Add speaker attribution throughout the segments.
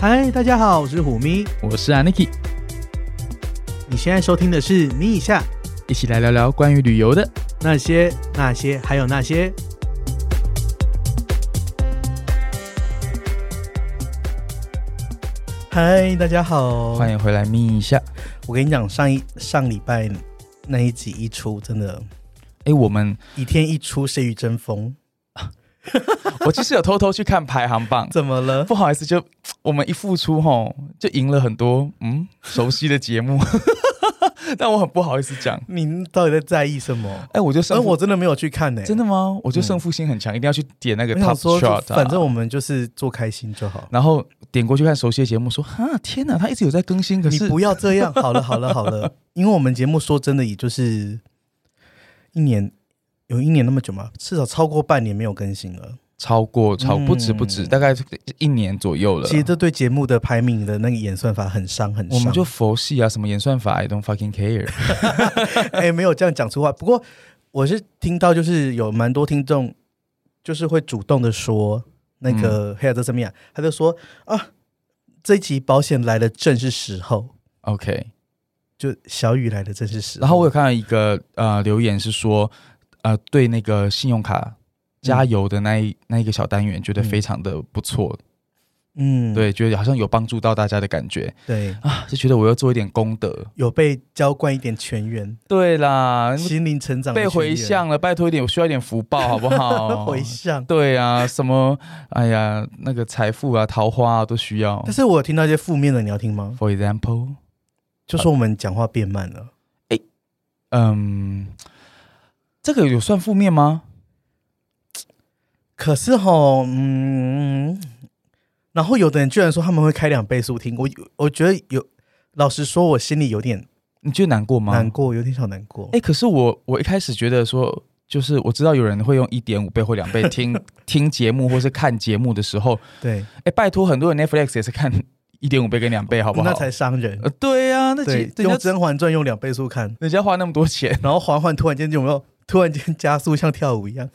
Speaker 1: 嗨，大家好，我是虎咪。
Speaker 2: 我是 Aniki，
Speaker 1: 你现在收听的是《咪一下
Speaker 2: 一起来聊聊关于旅游的。
Speaker 1: 那些那些还有那些》。嗨，大家好，
Speaker 2: 欢迎回来咪一下。
Speaker 3: 我跟你讲，上一上礼拜那一集一出，真的，
Speaker 2: 哎，我们
Speaker 3: 一天一出，谁与争锋？
Speaker 2: 我其实有偷偷去看排行榜，
Speaker 3: 怎么了？
Speaker 2: 不好意思，就我们一复出吼，就赢了很多嗯熟悉的节目， 但我很不好意思讲。
Speaker 3: 你到底在在意什么？
Speaker 2: 哎，我就
Speaker 3: 但
Speaker 2: 胜负，
Speaker 3: 呃我真的没有去看呢、
Speaker 2: 真的吗？我就胜负心很强，一定要去点那个
Speaker 3: 我想
Speaker 2: Top
Speaker 3: 说，
Speaker 2: Shot，啊、
Speaker 3: 反正我们就是做开心就好。
Speaker 2: 然后点过去看熟悉的节目，说哈天哪，他一直有在更新，可
Speaker 3: 你
Speaker 2: 是
Speaker 3: 不要这样，好了好了好了，因为我们节目说真的，也就是一年有一年那么久嘛，至少超过半年没有更新了。
Speaker 2: 超过超不止
Speaker 3: 嗯
Speaker 2: 不止，大概一年左右了
Speaker 3: 其。实这对节目的排名的那个演算法很伤很伤。
Speaker 2: 我们就佛系啊，什么演算法，I don't fucking care。
Speaker 3: 哎、没有这样讲出话。不过我是听到，就是有蛮多听众，就是会主动的说，那个黑尔德森米亚，他就说啊，这一集保险来的正是时候，
Speaker 2: OK，
Speaker 3: 就小雨来的正是时候。
Speaker 2: 然后我有看到一个呃留言是说，呃，对那个信用卡加油的那一、那一个小单元，觉得非常的不错，
Speaker 3: 嗯，
Speaker 2: 对，觉得好像有帮助到大家的感觉
Speaker 3: 对，
Speaker 2: 啊，就觉得我要做一点功德。
Speaker 3: 有被浇灌一点泉源，
Speaker 2: 对啦，
Speaker 3: 心灵成长的哦
Speaker 2: 被
Speaker 3: 泉
Speaker 2: 回
Speaker 3: 源，
Speaker 2: 向了，拜托一点，我需要一点福报，好不 好？
Speaker 3: 回向。
Speaker 2: 对啊，什么哎呀，那个财富啊、桃花啊都需要
Speaker 3: 但。是我有听到一些负面的，你要听吗？
Speaker 2: For example，
Speaker 3: 就说我们讲话变慢了，
Speaker 2: 嗯，这个有算负面吗？
Speaker 3: 可是吼，嗯，然后有的人居然说他们会开两倍速听，我我觉得有，老实说，我心里有点
Speaker 2: 你觉得难过吗？
Speaker 3: 难过，有点小难过
Speaker 2: 哎、。可是我我一开始觉得说，就是我知道有人会用一点五倍或两倍 听听节目或是看节目的时候，
Speaker 3: 对，
Speaker 2: 哎、拜托，很多人 Netflix 也是看一点五倍跟两倍，好不好？
Speaker 3: 哦那才伤人。
Speaker 2: 呃，对呀、那
Speaker 3: 对
Speaker 2: 人，
Speaker 3: 用《
Speaker 2: 家
Speaker 3: 甄嬛传》用两倍速看，
Speaker 2: 人家花那么多钱，
Speaker 3: 然后嬛嬛突然间有没有突然间加速，像跳舞一样？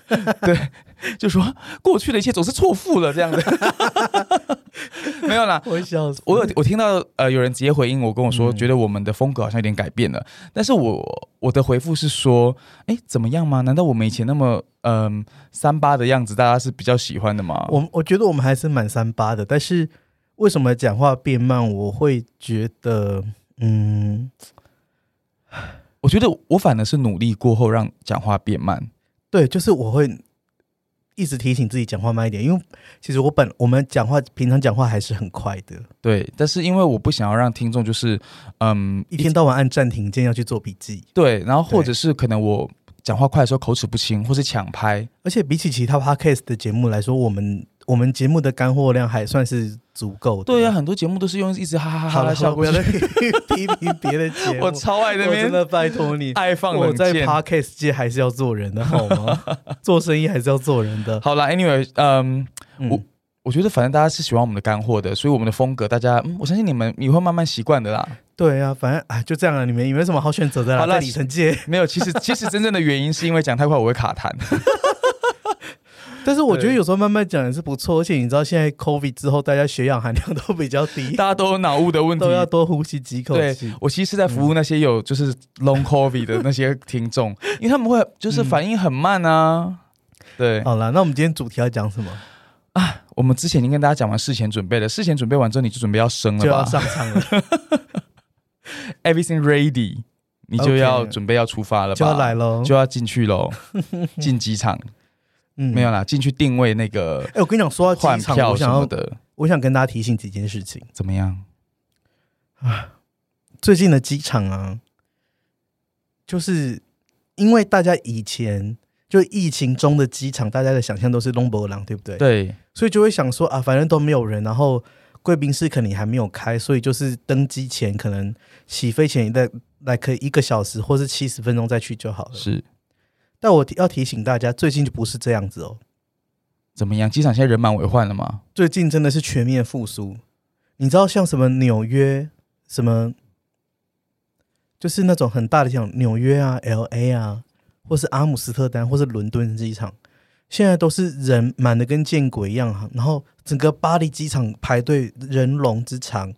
Speaker 2: 就说过去的一切总是错付了这样子， 没有啦。
Speaker 3: 我笑死！
Speaker 2: 我有我听到呃有人直接回应我跟我说，
Speaker 3: 嗯
Speaker 2: 觉得我们的风格好像有点改变了，但是我我的回复是说，哎、怎么样吗？难道我们以前那么嗯、三八的样子，大家是比较喜欢的吗？
Speaker 3: 我我觉得我们还是蛮三八的，但是为什么讲话变慢？我会觉得，嗯，
Speaker 2: 我觉得我反而是努力过后让讲话变慢。
Speaker 3: 对，就是我会一直提醒自己讲话慢一点，因为其实我本我们讲话平常讲话还是很快的，
Speaker 2: 对，但是因为我不想要让听众就是，嗯，
Speaker 3: 一天到晚按暂停键要去做笔记，
Speaker 2: 对，然后或者是可能我讲话快的时候口齿不清，或是抢拍，
Speaker 3: 而且比起其他 podcast 的节目来说，我们我们节目的干货量还算是足够的。
Speaker 2: 对呀、啊很多节目都是用一直哈哈哈哈
Speaker 3: 好
Speaker 2: 的
Speaker 3: 了，
Speaker 2: 效
Speaker 3: 好了不
Speaker 2: 果
Speaker 3: 要。再 批评别的节目，
Speaker 2: 我超爱那
Speaker 3: 我真
Speaker 2: 边
Speaker 3: 的拜托你。
Speaker 2: 爱放
Speaker 3: 我
Speaker 2: 冷
Speaker 3: 在
Speaker 2: 箭。
Speaker 3: podcast 界还是要做人的好吗？ 做生意还是要做人的。
Speaker 2: 好啦 a n y w a y 嗯，
Speaker 3: 嗯
Speaker 2: 我觉得反正大家是喜欢我们的干货的，所以我们的风格，大家，嗯，我相信你们你会慢慢习惯的啦。
Speaker 3: 对啊，反正哎，就这样了。你们有没有什么好选择的啦？
Speaker 2: 好啦
Speaker 3: 在里程界，
Speaker 2: 没有，其实其实真正的原因是因为讲太快我会卡痰。
Speaker 3: 但是我觉得
Speaker 2: 对
Speaker 3: 有时候慢慢讲也是不错，而且你知道现在 COVID 之后，大家血氧含量都比较 低，
Speaker 2: 大家都有脑雾的问题，
Speaker 3: 都要多呼吸几口
Speaker 2: 对
Speaker 3: 气。
Speaker 2: 我其实是在服务那些有就是
Speaker 3: 嗯
Speaker 2: long covid 的那些 听众，因为他们会
Speaker 3: 嗯
Speaker 2: 就是反应很慢啊。对，
Speaker 3: 好了，那我们今天主题要讲什么？
Speaker 2: 我们之前已经跟大家讲完事前准备了，事前准备完之后你就准备要生了
Speaker 3: 就要
Speaker 2: 吧
Speaker 3: 上场 了，
Speaker 2: ？Everything ready，你就要
Speaker 3: OK
Speaker 2: 准备要出发了吧？
Speaker 3: 就要来喽。
Speaker 2: 就要进去喽， 进机场
Speaker 3: 嗯
Speaker 2: 没有。啦，进去定位那个
Speaker 3: 哎，我跟你讲，说到
Speaker 2: 换
Speaker 3: 机场，
Speaker 2: 票
Speaker 3: 我
Speaker 2: 什
Speaker 3: 想
Speaker 2: 么
Speaker 3: 要，
Speaker 2: 的，
Speaker 3: 我想跟大家提醒几件事情。
Speaker 2: 怎么样？
Speaker 3: 最近的机场啊，就是因为大家以前就疫情中的机场，大家的想象都是东博朗，对不对？，
Speaker 2: 对，
Speaker 3: 所以就会想说啊，反正都没有人，然后贵宾室可能也还没有开，所以就是登机前可能起飞前再来可以一个小时或是七十分钟再去就好了。
Speaker 2: 是
Speaker 3: 但我提要提醒大家，最近就不是这样子哦，
Speaker 2: 怎么样？机场现在人满为患了吗？
Speaker 3: 最近真的是全面复苏。你知道像什么纽约，什么就是那种很大的像纽约啊、L A 啊，或是阿姆斯特丹，或是伦敦机场，现在都是人满的跟见鬼一样，然后整个巴黎机场排队人龙之长，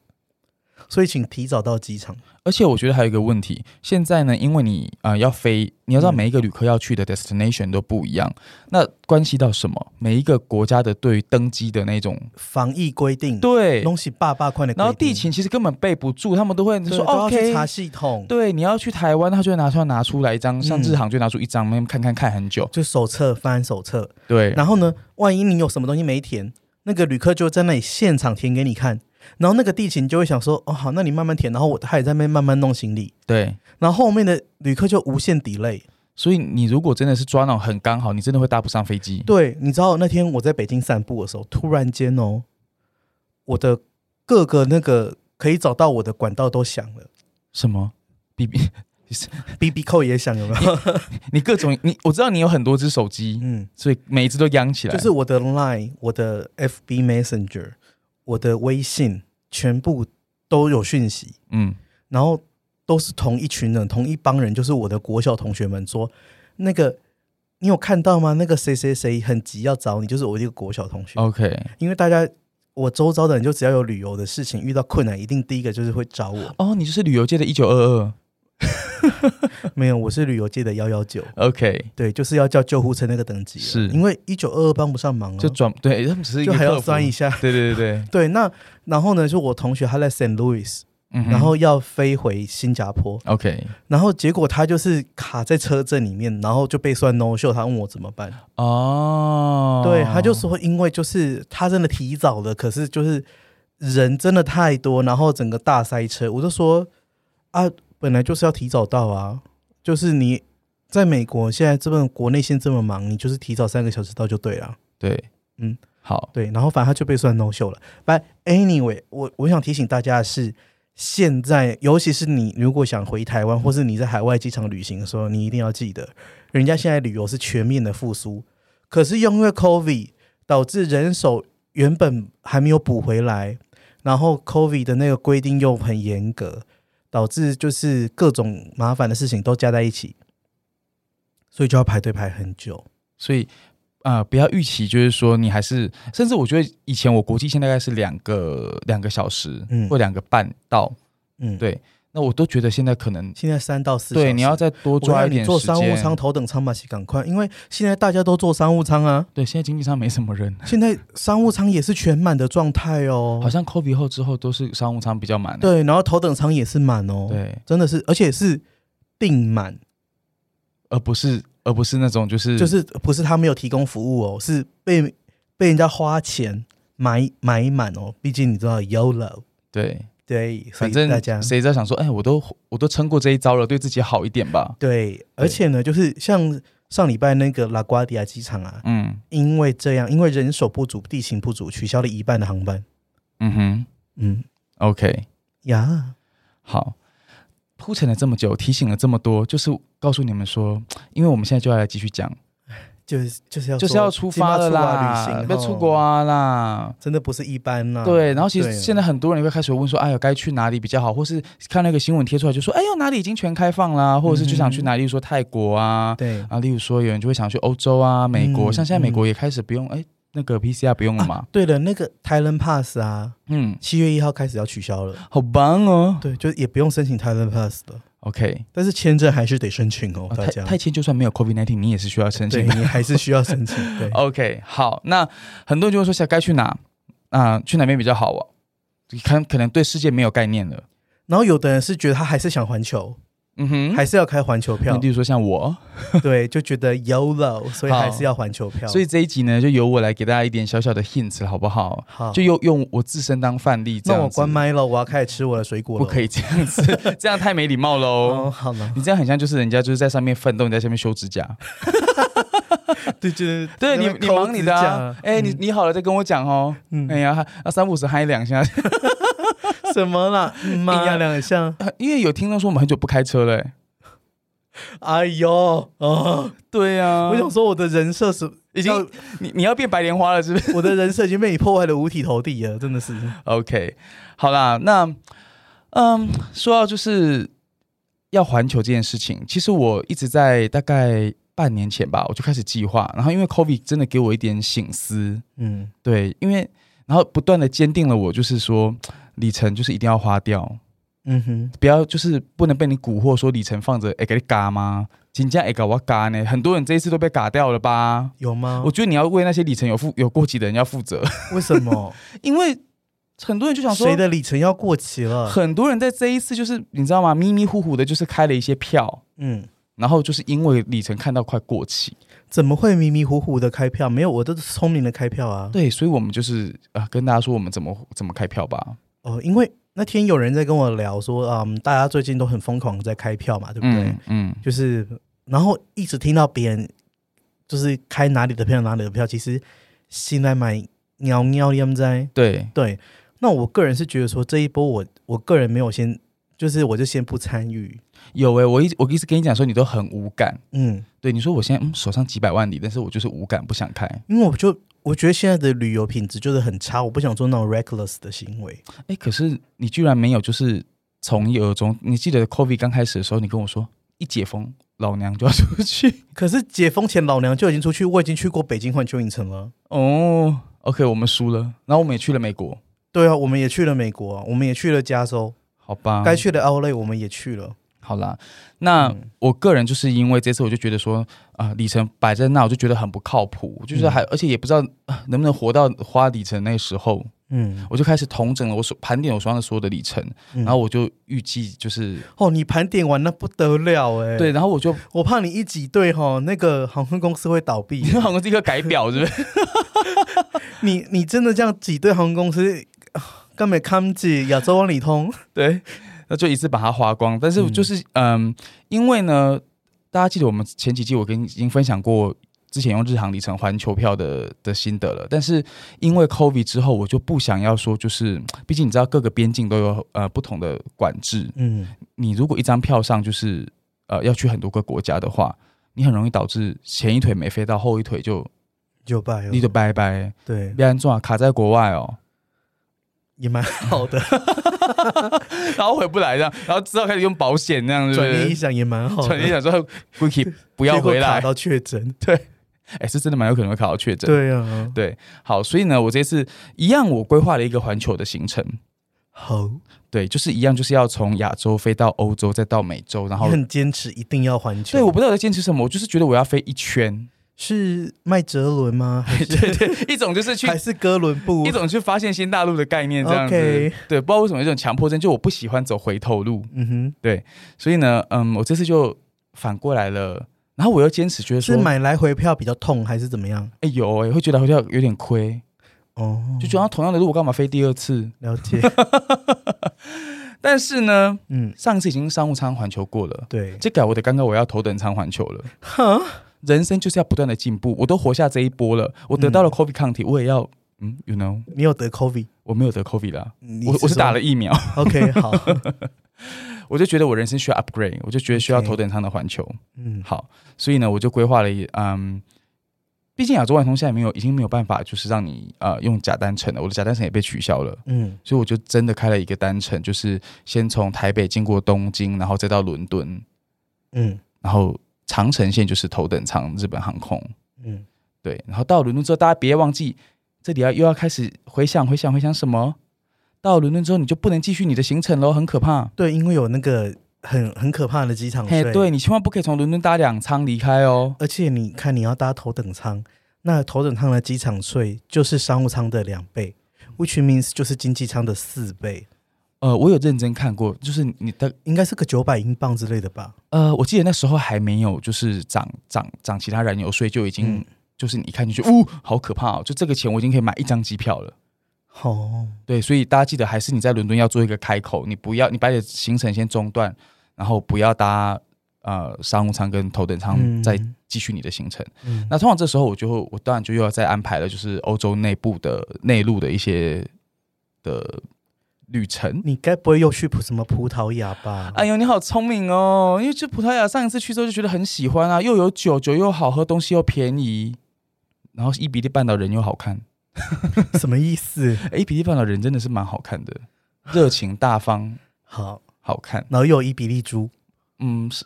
Speaker 3: 所以请提早到机场。
Speaker 2: 而且我觉得还有一个问题，现在呢，因为你啊、呃要飞，你要知道
Speaker 3: 嗯
Speaker 2: 每一个旅客要去的 destination 都不一样，那关系到什么？每一个国家的对于登机的那种
Speaker 3: 防疫规定，
Speaker 2: 对，
Speaker 3: 东西爸爸快点。
Speaker 2: 然后地勤其实根本备不住，他们都会
Speaker 3: 对
Speaker 2: 说
Speaker 3: 都要去
Speaker 2: OK
Speaker 3: 查系统，
Speaker 2: 对，你要去台湾，他就会拿出来拿出来一张，像
Speaker 3: 嗯
Speaker 2: 日航就拿出一张，那边看看看很久。
Speaker 3: 就手册翻手册。
Speaker 2: 对，啊
Speaker 3: 然后呢，万一你有什么东西没填，那个旅客就在那里现场填给你看。然后那个地勤就会想说，哦好，那你慢慢填，然后我他也在那边慢慢弄行李，
Speaker 2: 对，
Speaker 3: 然后后面的旅客就无限 delay。
Speaker 2: 所以你如果真的是抓那种很刚好，你真的会搭不上飞机。
Speaker 3: 对，你知道那天我在北京散步的时候，突然间哦，我的各个那个可以找到我的管道都响了
Speaker 2: 什么？B B，
Speaker 3: ，B B 扣也响，有 没有？
Speaker 2: 你各种你，我知道你有很多只手机，
Speaker 3: 嗯，
Speaker 2: 所以每一只都央起来。
Speaker 3: 就是我的 Line、我的 F B Messenger、我的微信，全部都有讯息，
Speaker 2: 嗯，
Speaker 3: 然后都是同一群人、同一帮人，就是我的国小同学们说，那个你有看到吗？那个谁谁谁很急要找你，就是我一个国小同学。
Speaker 2: OK。
Speaker 3: 因为大家我周遭的人，就只要有旅游的事情遇到困难，一定第一个就是会找 我。
Speaker 2: 哦，你就是旅游界的一九二
Speaker 3: 没有，我是旅游界的幺幺九，
Speaker 2: 二，OK，
Speaker 3: 对，就是要叫救护车那个等级了，
Speaker 2: 是
Speaker 3: 因为一九二二帮不上忙啊，
Speaker 2: 就
Speaker 3: 就
Speaker 2: 转对，他们只是一个
Speaker 3: 还要
Speaker 2: 客服
Speaker 3: 算一，下。
Speaker 2: 对对对对，
Speaker 3: 对，那然后呢，就我同学他在 St. Louis，、
Speaker 2: 嗯哼，
Speaker 3: 然后要飞回新加坡，
Speaker 2: OK，
Speaker 3: 然后结果他就是卡在车阵里面，然后就被算 no show，他问我怎么办，
Speaker 2: 哦，
Speaker 3: 对，他就说因为就是他真的提早了，可是就是人真的太多，然后整个大塞车，我就说啊，本来就是要提早到啊，就是你在美国现在这份国内线这么忙，你就是提早三个小时到就对了。
Speaker 2: 对，
Speaker 3: 嗯
Speaker 2: 嗯，好，
Speaker 3: 对，然后反正他就被算 no show 了。But anyway，我我想提醒大家的是，现在尤其是你如果想回
Speaker 2: 嗯
Speaker 3: 台湾，或是你在海外机场旅行的时候，你一定要记得，人家现在旅游是全面的复苏，可是又因为 COVID 导致人手原本还没有补回来，然后 COVID 的那个规定又很严格，导致就是各种麻烦的事情都加在一起，所以就要排队排很久。
Speaker 2: 所以啊、呃不要预期，就是说你还是，甚至我觉得以前我国际线大概是两个两个小时，
Speaker 3: 嗯
Speaker 2: 或两个半到，
Speaker 3: 嗯，
Speaker 2: 对那我都觉得现在可能
Speaker 3: 现在三到四小时，
Speaker 2: 对你要再多
Speaker 3: 我
Speaker 2: 抓
Speaker 3: 让
Speaker 2: 一
Speaker 3: 你
Speaker 2: 点
Speaker 3: 坐
Speaker 2: 时
Speaker 3: 商务舱、
Speaker 2: 间。
Speaker 3: 头等舱嘛，是赶快，因为现在大家都坐商务舱啊，
Speaker 2: 对，现在经济舱没什么人，
Speaker 3: 现在商务舱也是全满的状态哦。
Speaker 2: 好像 COVID 后之后都是商务舱比较满。
Speaker 3: 对，然后头等舱也是满哦，，
Speaker 2: 对，
Speaker 3: 真的是，而且是订满，
Speaker 2: 而不是而不是那种就是
Speaker 3: 就是不是他没有提供服务哦，是被被人家花钱买买满哦，毕竟你知道 YOLO，
Speaker 2: 对，
Speaker 3: 对，所
Speaker 2: 反
Speaker 3: 以
Speaker 2: 正
Speaker 3: 大家
Speaker 2: 谁在想说，哎，我都我都撑过这一招了，对自己好一点吧。
Speaker 3: 对，而且呢，就是像上礼拜那个拉瓜迪亚机场啊，
Speaker 2: 嗯
Speaker 3: 因为这样，因为人手不足、地形不足，取消了一半的航班，
Speaker 2: 嗯哼
Speaker 3: 嗯
Speaker 2: ，OK。
Speaker 3: 呀。
Speaker 2: 好，铺陈了这么久，提醒了这么多，就是告诉你们说，因为我们现在就要来继续讲，
Speaker 3: 就是就是要
Speaker 2: 就是
Speaker 3: 说
Speaker 2: 要出发了
Speaker 3: 今晚出国
Speaker 2: 啦
Speaker 3: 啊，旅行
Speaker 2: 要出国，
Speaker 3: 吼
Speaker 2: 啊啦。
Speaker 3: 真的不是一般啦。
Speaker 2: 对，然啊后其实
Speaker 3: 对啊
Speaker 2: 现在很多人会开始问说，哎呀，该去哪里比较好，或是看那个新闻贴出来就说，哎呦，哪里已经全开放啦，或者是就想去哪里，例如说泰国啊，
Speaker 3: 嗯对
Speaker 2: 啊，例如说有人就会想去欧洲啊、美国，
Speaker 3: 嗯
Speaker 2: 像现在美国
Speaker 3: 嗯
Speaker 2: 也开始不用，哎，那个 PCR 不用了嘛，
Speaker 3: 对了，那个 Thailand Pass 啊，
Speaker 2: 嗯，
Speaker 3: 七月一号开始要取消了。
Speaker 2: 好棒哦
Speaker 3: 对，就也不用申请 Thailand Pass 了，
Speaker 2: ，OK，
Speaker 3: 但是签证还是得申请哦，
Speaker 2: 啊
Speaker 3: 大
Speaker 2: 泰
Speaker 3: 家。
Speaker 2: 泰签就算没有 COVID nineteen，你也是需要申请
Speaker 3: 对
Speaker 2: 的，
Speaker 3: 你还是需要申请。 对，
Speaker 2: OK，好，那很多人就会说想该去哪啊、去哪边比较好啊？可能可能对世界没有概念了。
Speaker 3: 然后有的人是觉得他还是想环球，
Speaker 2: 嗯哼，
Speaker 3: 还是要开环球
Speaker 2: 那
Speaker 3: 票
Speaker 2: 例，如说像我，
Speaker 3: 对，就觉得 YOLO，所以
Speaker 2: 好
Speaker 3: 还是要环球票。
Speaker 2: 所以这一集呢，就由我来给大家一点小小的 hints 好不好？
Speaker 3: 好，
Speaker 2: 就用用我自身当范例这
Speaker 3: 那
Speaker 2: 样
Speaker 3: 我
Speaker 2: 子
Speaker 3: 关麦了，我要开始吃我的水果了。
Speaker 2: 不可以这样子， 这样太没礼貌喽。
Speaker 3: 哦，好了，
Speaker 2: 你这样很像就是人家就是在上面奋斗，你在下面修指甲。
Speaker 3: 对 对
Speaker 2: 对你，你忙你的、啊。哎、你你好了再跟我讲哦。
Speaker 3: 嗯
Speaker 2: 哎呀，啊三不五十嗨两下，
Speaker 3: 什么啦？妈
Speaker 2: 硬
Speaker 3: 呀，
Speaker 2: 要
Speaker 3: 两项！
Speaker 2: 因为有听众说我们很久不开车了、哎
Speaker 3: 哎呦，哦，
Speaker 2: 对呀、啊，
Speaker 3: 我想说我的人设是
Speaker 2: 已经
Speaker 3: 要
Speaker 2: 你你要变白莲花了是 不是？
Speaker 3: 我的人设已经被你破坏的五体投地了，真的是。
Speaker 2: OK，好啦，那嗯，说到就是要环球这件事情，其实我一直在大概半年前吧，我就开始计划。然后因为 COVID 真的给我一点醒思，
Speaker 3: 嗯，
Speaker 2: 对，因为然后不断的坚定了我，就是说里程就是一定要花掉，
Speaker 3: 嗯哼，
Speaker 2: 不要就是不能被你蛊惑说里程放着，哎、给你嘎吗？金价哎搞我嘎呢，很多人这一次都被嘎掉了吧？
Speaker 3: 有吗
Speaker 2: 我？觉得你要为那些里程有负有过期的人要负责，
Speaker 3: 为什么？
Speaker 2: 因为很多人就想说
Speaker 3: 谁，的里程要过期了？
Speaker 2: 很多人在这一次就是你知道吗？迷迷糊糊的，就是开了一些票，
Speaker 3: 嗯，
Speaker 2: 然后就是因为里程看到快过期，
Speaker 3: 怎么会迷迷糊糊的开票？没有，我都是聪明的开票啊。
Speaker 2: 对，所以我们就是啊、呃跟大家说我们怎么怎么开票吧，
Speaker 3: 哦，因为那天有人在跟我聊说，嗯，大家最近都很疯狂在开票嘛，对不对？
Speaker 2: 嗯嗯，
Speaker 3: 就是，然后一直听到别人就是开哪里的票哪里的票，其实心来买鸟鸟烟在。
Speaker 2: 对，
Speaker 3: 对，那我个人是觉得说这一波我我个人没有先，就是我就先不参与。
Speaker 2: 有欸诶、我一我一直跟你讲说你都很无感，
Speaker 3: 嗯，
Speaker 2: 对，你说我现在嗯手上几百万里，但是我就是无感不想开，
Speaker 3: 因为我就我觉得现在的旅游品质就是很差，我不想做那种 reckless 的行为。
Speaker 2: 哎，可是你居然没有就是从一而终，你记得 COVID 刚开始的时候，你跟我说一解封老娘就要出去
Speaker 3: 可是解封前老娘就已经出去，我已经去过北京环球影城了。
Speaker 2: 哦，OK，我们输了，然后我们也去了美国，
Speaker 3: 对啊，我们也去了美国、我们也去了加州，
Speaker 2: 好吧，
Speaker 3: 该去的 LA 我们也去了。
Speaker 2: 好啦，那、
Speaker 3: 嗯
Speaker 2: 我个人就是因为这次，我就觉得说啊、里程摆在那，我就觉得很不靠谱，我就觉得还，而且也不知道、啊能不能活到花里程那时候，
Speaker 3: 嗯，
Speaker 2: 我就开始统整了我手盘点我手上的所有的里程，
Speaker 3: 嗯
Speaker 2: 然后我就预计就是、
Speaker 3: 哦，你盘点完那不得了哎、
Speaker 2: 对，，然后我就
Speaker 3: 我怕你一挤兑哈，那个航空公司会倒闭
Speaker 2: 你。好像立刻改 表，是不是？
Speaker 3: 你你真的这样挤兑航空公司，啊根本看不起亚洲万里通。
Speaker 2: 对，那就一次把它花光。但是
Speaker 3: 嗯
Speaker 2: 就是嗯因为呢，大家记得我们前几季我跟你已经分享过。之前用日航里程环球票的的心得了，但是因为 COVID 之后，我就不想要说，就是毕竟你知道各个边境都有呃不同的管制，
Speaker 3: 嗯，
Speaker 2: 你如果一张票上就是呃要去很多个国家的话，你很容易导致前一腿没飞到，后一腿就
Speaker 3: 就拜了，
Speaker 2: 你就拜拜，
Speaker 3: 对，
Speaker 2: 别安装卡在国外哦，
Speaker 3: 也蛮好的，
Speaker 2: 然后回不来这样，然后之后开始用保险那样，是不
Speaker 3: 转念一
Speaker 2: 是？
Speaker 3: 想也蛮好
Speaker 2: 转
Speaker 3: 的
Speaker 2: 念。想说 g u c c 不
Speaker 3: 哦
Speaker 2: 要
Speaker 3: 结果
Speaker 2: 回
Speaker 3: 卡
Speaker 2: 来，
Speaker 3: 到确诊，
Speaker 2: 哎、是真的蛮有可能会考到确诊。
Speaker 3: 对啊，
Speaker 2: 对，好，所以呢，我这次一样，我规划了一个环球的行程，
Speaker 3: 好，你
Speaker 2: 对，就是一样，就是要从亚洲飞到欧洲，再到美洲，然后
Speaker 3: 很坚持一定要环球。
Speaker 2: 对，我不知道我在坚持什么，我就是觉得我要飞一 圈，
Speaker 3: 是麦哲伦 吗？还是
Speaker 2: 对对，一种就是去
Speaker 3: 还是哥伦布
Speaker 2: 一？种嗯去发现新大陆的概念，这样子。
Speaker 3: OK
Speaker 2: 对，不知道为什么有一种强迫症，就我不喜欢走回头路，
Speaker 3: 嗯
Speaker 2: 所以呢，嗯，我这次就反过来了。然后我又坚持觉
Speaker 3: 哼，
Speaker 2: 得说
Speaker 3: 是，买来回票比较痛还是怎么样？
Speaker 2: 哎有哎、会觉得好像有点亏，
Speaker 3: 哦，
Speaker 2: 就觉得啊同样的路我干嘛飞第二次？
Speaker 3: 了 解，
Speaker 2: 但是呢，
Speaker 3: 嗯，
Speaker 2: 上次已经商务舱环球过了，
Speaker 3: 对，
Speaker 2: 这改我的刚刚我要头等舱环球了。人生就是要不断的进步，我都活下这一波了，我得到
Speaker 3: 嗯
Speaker 2: 了 COVID 抗体，我也要，嗯，you know，
Speaker 3: 你有得 COVID？
Speaker 2: 我没有得 COVID 啦，
Speaker 3: 你
Speaker 2: 我我是打
Speaker 3: 说
Speaker 2: 了疫苗，
Speaker 3: OK 好，
Speaker 2: 我就觉得我人生需要 upgrade，我就觉得需要
Speaker 3: OK
Speaker 2: 头等舱的环球。
Speaker 3: 嗯，
Speaker 2: 好，所以呢，我就规划了一，嗯，毕竟亚洲万通现在没有，已经没有办法，就是让你呃用假单程了，我的假单程也被取消了，
Speaker 3: 嗯，
Speaker 2: 所以我就真的开了一个单程，就是先从台北经过东京，然后再到伦敦，
Speaker 3: 嗯，
Speaker 2: 然后长城线就是头等舱日本航空，
Speaker 3: 嗯，
Speaker 2: 对，然后到伦敦之后，大家别忘记这里要又要开始回想回想回想什么。到伦敦之后，你就不能继续你的行程喽，很可怕。
Speaker 3: 对，因为有那个很很可怕的机场
Speaker 2: 嘿，
Speaker 3: 税，
Speaker 2: 对，你千万不可以从伦敦搭两舱离开哦。
Speaker 3: 而且你看，你要搭头等舱，那头等舱的机场税就是商务舱的两倍，which means 就是经济舱的四倍，
Speaker 2: 呃，我有认真看过，就是你的
Speaker 3: 应该是个九百英镑之类的吧？
Speaker 2: 呃，我记得那时候还没有就是涨涨涨其他燃油税，就已经、
Speaker 3: 嗯
Speaker 2: 就是你一看就觉得，呜、好可怕哦！就这个钱我已经可以买一张机票了。
Speaker 3: 哦，
Speaker 2: 对，所以大家记得还是你在伦敦要做一个开口，你不要你把你的行程先中断，然后不要搭呃商务舱跟头等舱
Speaker 3: 嗯
Speaker 2: 再继续你的行程。
Speaker 3: 嗯
Speaker 2: 那通常这时候我就会我当然就又要再安排了，就是欧洲内部的内陆的一些的旅程。
Speaker 3: 你该不会又去葡什么葡萄牙吧？
Speaker 2: 哎呦，你好聪明哦！因为去葡萄牙上一次去之后就觉得很喜欢啊，又有酒，酒又好喝，东西又便宜，然后伊比利半岛人又好看。
Speaker 3: 什么意思？
Speaker 2: 哎，伊比利半岛人真的是蛮好看的，热情大方，
Speaker 3: 好，
Speaker 2: 好看。
Speaker 3: 然后又有伊比利猪，
Speaker 2: 嗯，是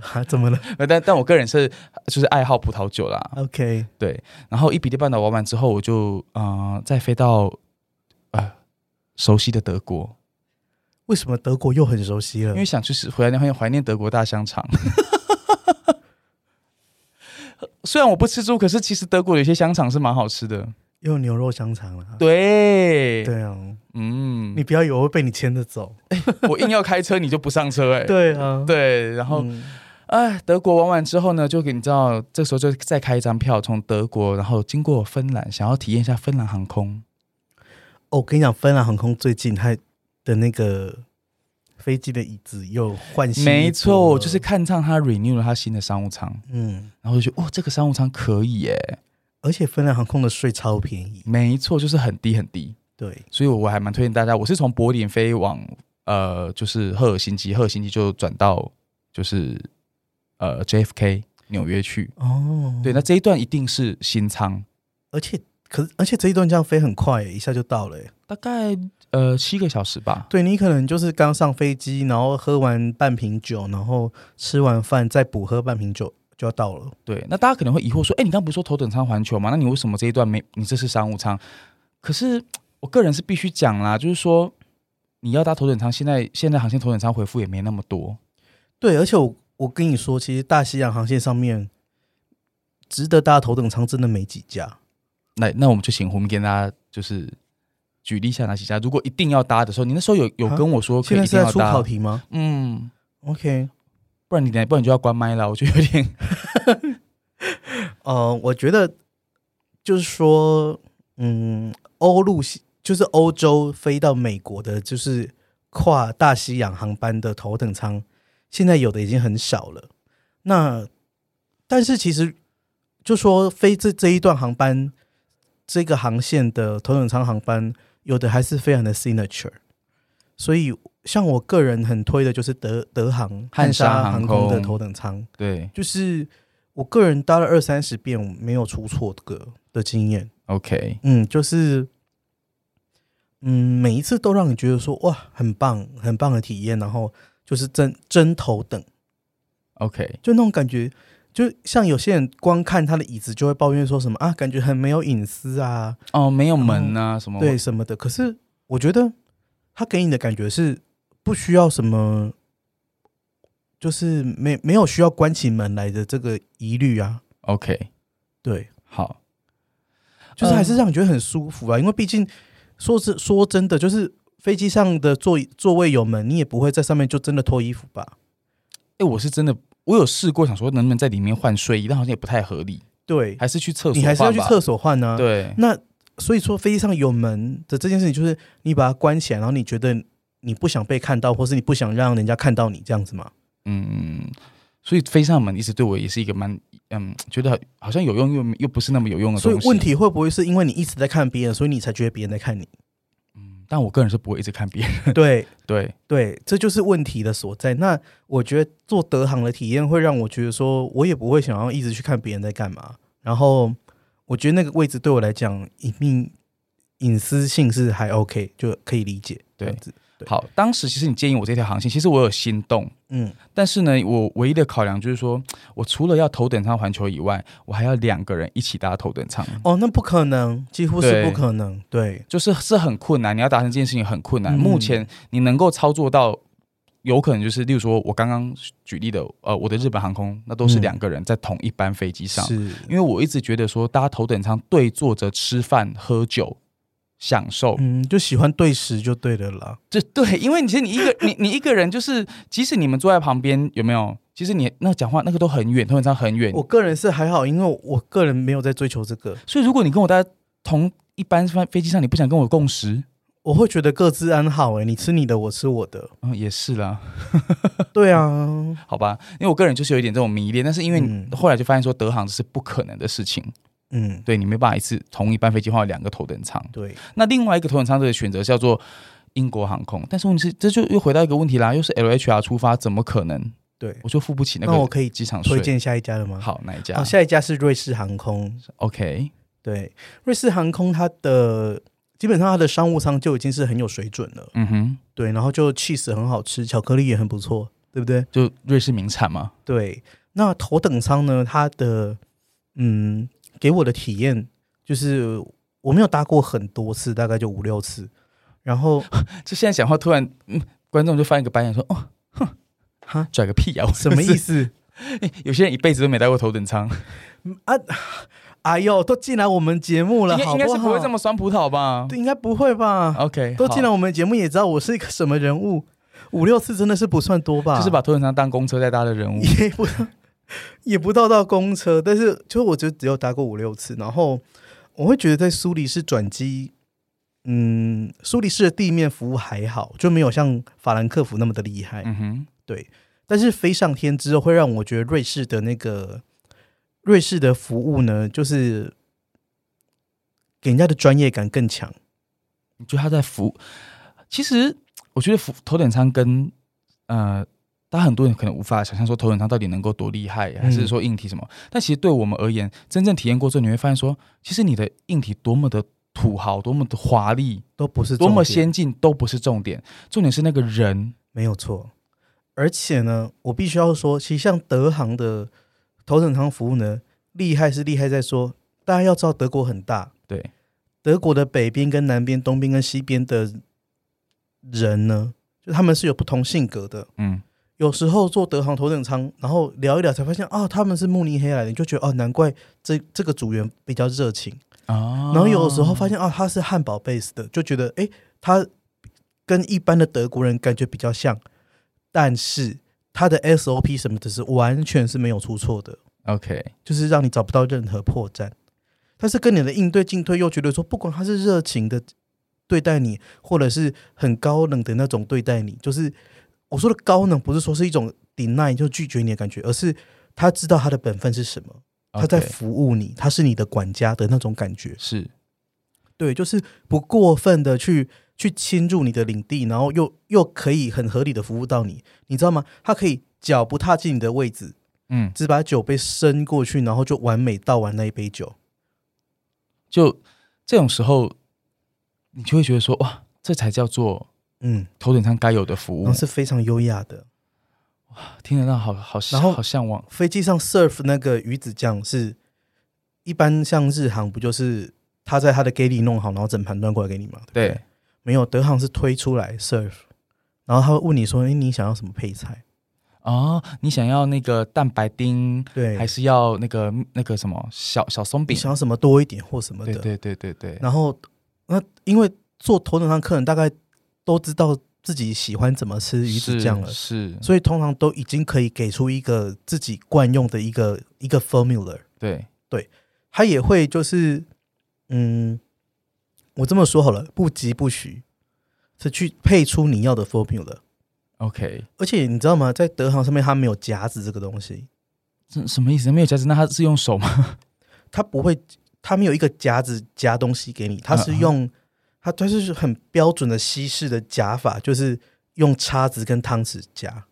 Speaker 3: 啊，怎么了
Speaker 2: 呃但但我个人是就是爱好葡萄酒啦，
Speaker 3: 嗯？OK，
Speaker 2: 对。然后伊比利半岛玩完之后，我就呃再飞到呃熟悉的德国，
Speaker 3: 为什么德国又很熟悉了
Speaker 2: 因为？想去吃回来很怀念德国大香肠。 虽然我不吃猪，可是其实德国有些香肠是蛮好吃的。
Speaker 3: 又有牛肉香肠了。
Speaker 2: 对，
Speaker 3: 对啊，
Speaker 2: 嗯，
Speaker 3: 你不要以为我会被你牵着走。
Speaker 2: 我硬要开车，你就不上车哎、
Speaker 3: 对啊，
Speaker 2: 对，然后
Speaker 3: 嗯
Speaker 2: 哎，德国玩完之后呢，就给你知道，这时候就再开一张票，从德国，然后经过芬兰，想要体验一下芬兰航空。
Speaker 3: 哦，我跟你讲，芬兰航空最近它的那个飞机的椅子又换新一波了，
Speaker 2: 没错，我就是看上它 renew 了它新的商务舱，
Speaker 3: 嗯，
Speaker 2: 然后就觉得哦，这个商务舱可以耶。
Speaker 3: 而且芬兰航空的税超便宜，
Speaker 2: 没错，就是很低很低，
Speaker 3: 对，
Speaker 2: 所以我还蛮推荐大家。我是从柏林飞往呃，就是赫尔辛基，赫尔辛基就转到就是呃 JFK 纽约去。
Speaker 3: 哦，
Speaker 2: 对，那这一段一定是新舱，
Speaker 3: 而且可是而且这一段这样飞很快耶，一下就到了耶。欸
Speaker 2: 大概呃七个小时吧。
Speaker 3: 对你可能就是刚上飞机，然后喝完半瓶酒，然后吃完饭再补喝半瓶酒就要到了。
Speaker 2: 对，那大家可能会疑惑说，哎，你刚不是说头等舱环球吗？那你为什么这一段没？你这是商务舱？可是我个人是必须讲啦，就是说你要搭头等舱，现在现在航线头等舱回复也没那么多。
Speaker 3: 对，而且我我跟你说，其实大西洋航线上面值得搭头等舱真的没几家。
Speaker 2: 那那我们就请胡明跟大家就是举例一下哪几家。如果一定要搭的时候，你那时候有有
Speaker 3: 啊
Speaker 2: 跟我说可
Speaker 3: 现在
Speaker 2: 以一
Speaker 3: 是
Speaker 2: 定
Speaker 3: 在
Speaker 2: 要
Speaker 3: 出考
Speaker 2: 搭，
Speaker 3: 题吗
Speaker 2: 嗯，
Speaker 3: ？OK，
Speaker 2: 不然你等下不然你就要关麦了，我就有点
Speaker 3: 呃，我觉得就是说，嗯，欧陆系就是欧洲飞到美国的，就是跨大西洋航班的头等舱，现在有的已经很少了。那但是其实就说飞这这一段航班，这个航线的头等舱航班，有的还是非常的 signature，所以。像我个人很推的就是德德航、
Speaker 2: 汉莎
Speaker 3: 莎
Speaker 2: 航
Speaker 3: 航空的
Speaker 2: 空
Speaker 3: 头等舱，
Speaker 2: 对
Speaker 3: 就是我个人搭了二三十遍，我没有出错的的经验。
Speaker 2: OK，
Speaker 3: 嗯，就是嗯，每一次都让你觉得说哇，很棒，很棒的体验，然后就是真真头等，
Speaker 2: OK，
Speaker 3: 就那种感觉。就像有些人光看他的椅子就会抱怨说什么啊，感觉很没有隐私啊，
Speaker 2: 哦，没有门啊什么，
Speaker 3: 嗯对什么的。可是我觉得他给你的感觉是不需要什么，就是没没有需要关起门来的这个疑虑啊。
Speaker 2: ，OK，
Speaker 3: 对，
Speaker 2: 好，
Speaker 3: 就是还是
Speaker 2: 嗯
Speaker 3: 让你觉得很舒服啊。因为毕竟说是说真的，就是飞机上的座椅座位有门，你也不会在上面就真的脱衣服吧？
Speaker 2: 哎、我是真的，我有试过想说能不能在里面换睡衣，但好像也不太合理，
Speaker 3: 对，
Speaker 2: 还是去厕所换吧，
Speaker 3: 你还是要去厕所换呢、啊。，
Speaker 2: 对，
Speaker 3: 那所以说飞机上有门的这件事情，就是你把它关起来，然后你觉得你不想被看到，或是你不想让人家看到你这样子嘛？
Speaker 2: 嗯，所以飞上门一直对我也是一个蛮，嗯，觉得好像有用又又不是那么有用的
Speaker 3: 所
Speaker 2: 东
Speaker 3: 以
Speaker 2: 西。啊
Speaker 3: 问，题会不会是因为你一直在看别人，所以你才觉得别人在看你？
Speaker 2: 嗯，但我个人是不会一直看别人。
Speaker 3: 对。
Speaker 2: 对，
Speaker 3: 对，这就是问题的所在。那我觉得做德航的体验会让我觉得说，我也不会想要一直去看别人在干嘛。然后我觉得那个位置对我来讲，隐秘隐私性是还 OK，就可以理解。这
Speaker 2: 对
Speaker 3: 样子，对
Speaker 2: 好，当时其实你建议我这条航线，其实我有心动，
Speaker 3: 嗯，
Speaker 2: 但是呢，我唯一的考量就是说，我除了要头等舱环球以外，我还要两个人一起搭头等舱。
Speaker 3: 哦，那不可能，几乎是
Speaker 2: 对
Speaker 3: 不可能。对，
Speaker 2: 就是是很困难，你要达成这件事情很困难。
Speaker 3: 嗯
Speaker 2: 目前你能够操作到，有可能就是，例如说我刚刚举例的，呃，我的日本航空，那都是
Speaker 3: 嗯
Speaker 2: 两个人在同一班飞机上，
Speaker 3: 是，
Speaker 2: 因为我一直觉得说，搭头等舱对坐着吃饭、喝酒、享受，
Speaker 3: 嗯，就喜欢对时就对了啦。
Speaker 2: 这对，因为你其实你一个你你一个人，就是即使你们坐在旁边，有没有？其实你那讲话那个都很远，头等舱很远
Speaker 3: 我，个人是还好，因为我个人没有在追求这个，
Speaker 2: 所以如果你跟我搭同一班飞飞机上，你不想跟我共识，
Speaker 3: 我会觉得各自安好、欸。哎，你吃你的，我吃我的。
Speaker 2: 嗯，也是啦。
Speaker 3: 对啊，
Speaker 2: 好吧，因为我个人就是有一点这种迷恋，但是因为
Speaker 3: 嗯
Speaker 2: 后来就发现说德航是不可能的事情，
Speaker 3: 嗯，
Speaker 2: 对你没办法一次同一班飞机换两个头等舱。
Speaker 3: 对，
Speaker 2: 那另外一个头等舱的选择叫做英国航空，但是问题是这就又回到一个问题啦，又是 LHR 出发，怎么可能？
Speaker 3: 对。
Speaker 2: 我就付不起那
Speaker 3: 那我
Speaker 2: 个
Speaker 3: 可以
Speaker 2: 机场税
Speaker 3: 推。荐下一家了吗？
Speaker 2: 哦好，哪一家、
Speaker 3: 好，下一家是瑞士航空。
Speaker 2: o k
Speaker 3: 对，瑞士航空它的基本上它的商务舱就已经是很有水准了，
Speaker 2: 嗯哼，
Speaker 3: 对，然后就 cheese 很好吃，巧克力也很不错，对不对？
Speaker 2: 就瑞士名产嘛。
Speaker 3: 对，那头等舱呢，它的嗯，给我的体验就是我没有搭过很多次，大概就五六次，然 后
Speaker 2: 就现在讲话突然，嗯，观众就翻一个白眼说：“哦，哼，哈，拽个屁啊呀、我
Speaker 3: 什么意
Speaker 2: 思？
Speaker 3: 思？
Speaker 2: 有些人一辈子都没待过头等舱，
Speaker 3: 哎呦，都进来我们节目了，
Speaker 2: 应该
Speaker 3: 好
Speaker 2: 应该是
Speaker 3: 不
Speaker 2: 不会
Speaker 3: 好
Speaker 2: 这么酸葡萄吧
Speaker 3: 对，应该不会吧？
Speaker 2: ？OK，
Speaker 3: 都进来
Speaker 2: 好
Speaker 3: 我们节目也知道我是一个什么人物，五六次真的是不算多吧？
Speaker 2: 就是把头等舱当公车在搭的人 物。
Speaker 3: 也不到也不到到公车，但是就我就只有搭过五六次，然后我会觉得在苏黎世转机，嗯，苏黎世的地面服务还好，就没有像法兰克福那么的厉害，
Speaker 2: 嗯哼，
Speaker 3: 对。但是飞上天之后，会让我觉得瑞士的那个瑞士的服务呢，就是给人家的专业感更强。
Speaker 2: 你觉得他在服？其实我觉得服头等舱跟呃，大家很多人可能无法想象说头等舱到底能够多厉害，
Speaker 3: 嗯
Speaker 2: 还是说硬体什么？但其实对我们而言，真正体验过之后，你会发现说，其实你的硬体多么的土豪，多么的华丽，
Speaker 3: 都不是
Speaker 2: 多么
Speaker 3: 重点
Speaker 2: 先进都不是重点，重点是那个人。
Speaker 3: 没有错。而且呢，我必须要说，其实像德航的头等舱服务呢，厉害是厉害在说，大家要知道德国很大，
Speaker 2: 对，
Speaker 3: 德国的北边跟南边、东边跟西边的人呢，就他们是有不同性格的。
Speaker 2: 嗯，
Speaker 3: 有时候坐德航头等舱，然后聊一聊才发现，哦，他们是慕尼黑来的，你就觉得哦，难怪这这个组员比较热情。
Speaker 2: 哦
Speaker 3: 然后有时候发现，哦，他是汉堡 base 的，就觉得诶，他跟一般的德国人感觉比较像，但是他的 SOP 什么的是完全是没有出错的，
Speaker 2: ，OK，
Speaker 3: 就是让你找不到任何破绽。但是跟你的应对进退又觉得说，不管他是热情的对待你，或者是很高冷的那种对待你，就是我说的高冷，不是说是一种 deny 就拒绝你的感觉，而是他知道他的本分是什么，他在
Speaker 2: OK，
Speaker 3: 服务你，他是你的管家的那种感觉。
Speaker 2: 是
Speaker 3: 对，就是不过分的去去侵入你的领地，然后又又可以很合理的服务到你，你知道吗？他可以脚不踏进你的位置，
Speaker 2: 嗯，
Speaker 3: 只把酒杯伸过去，然后就完美倒完那一杯酒。
Speaker 2: 就这种时候，你就会觉得说，哇，这才叫做
Speaker 3: 嗯，
Speaker 2: 头等舱该有的服务
Speaker 3: 然后，是非常优雅的。
Speaker 2: 听得到好好向
Speaker 3: 然后
Speaker 2: 好向往，
Speaker 3: 飞机上 serve 那个鱼子酱是，一般像日航不就是他在他的 galley 弄好，然后整盘端过来给你吗？对不对
Speaker 2: 对，
Speaker 3: 没有德航是推出来 serve，然后他会问你说：“哎，你想要什么配菜
Speaker 2: 哦，你想要那个蛋白丁？”，
Speaker 3: 对，
Speaker 2: 还是要那个那个什么小小松
Speaker 3: 你
Speaker 2: 饼？
Speaker 3: 想要什么多一点或什么的？
Speaker 2: 对对对对对，
Speaker 3: 然后那因为做头等舱客人大概都知道自己喜欢怎么吃鱼子
Speaker 2: 是
Speaker 3: 酱了，
Speaker 2: 是，
Speaker 3: 所以通常都已经可以给出一个自己惯用的一个一个 formula。
Speaker 2: 对，
Speaker 3: 他也会就是，嗯，我这么说好了，不急不徐，是去配出你要的 formula。
Speaker 2: OK，
Speaker 3: 而且你知道吗，在德航上面它没有夹子这个东西，
Speaker 2: 这什么意思？没有夹子，那他是用手吗？
Speaker 3: 它不会，它没有一个夹子夹东西给你，
Speaker 2: 嗯
Speaker 3: 它是用它它就是很标准的西式的夹法，就是用叉子跟汤匙夹。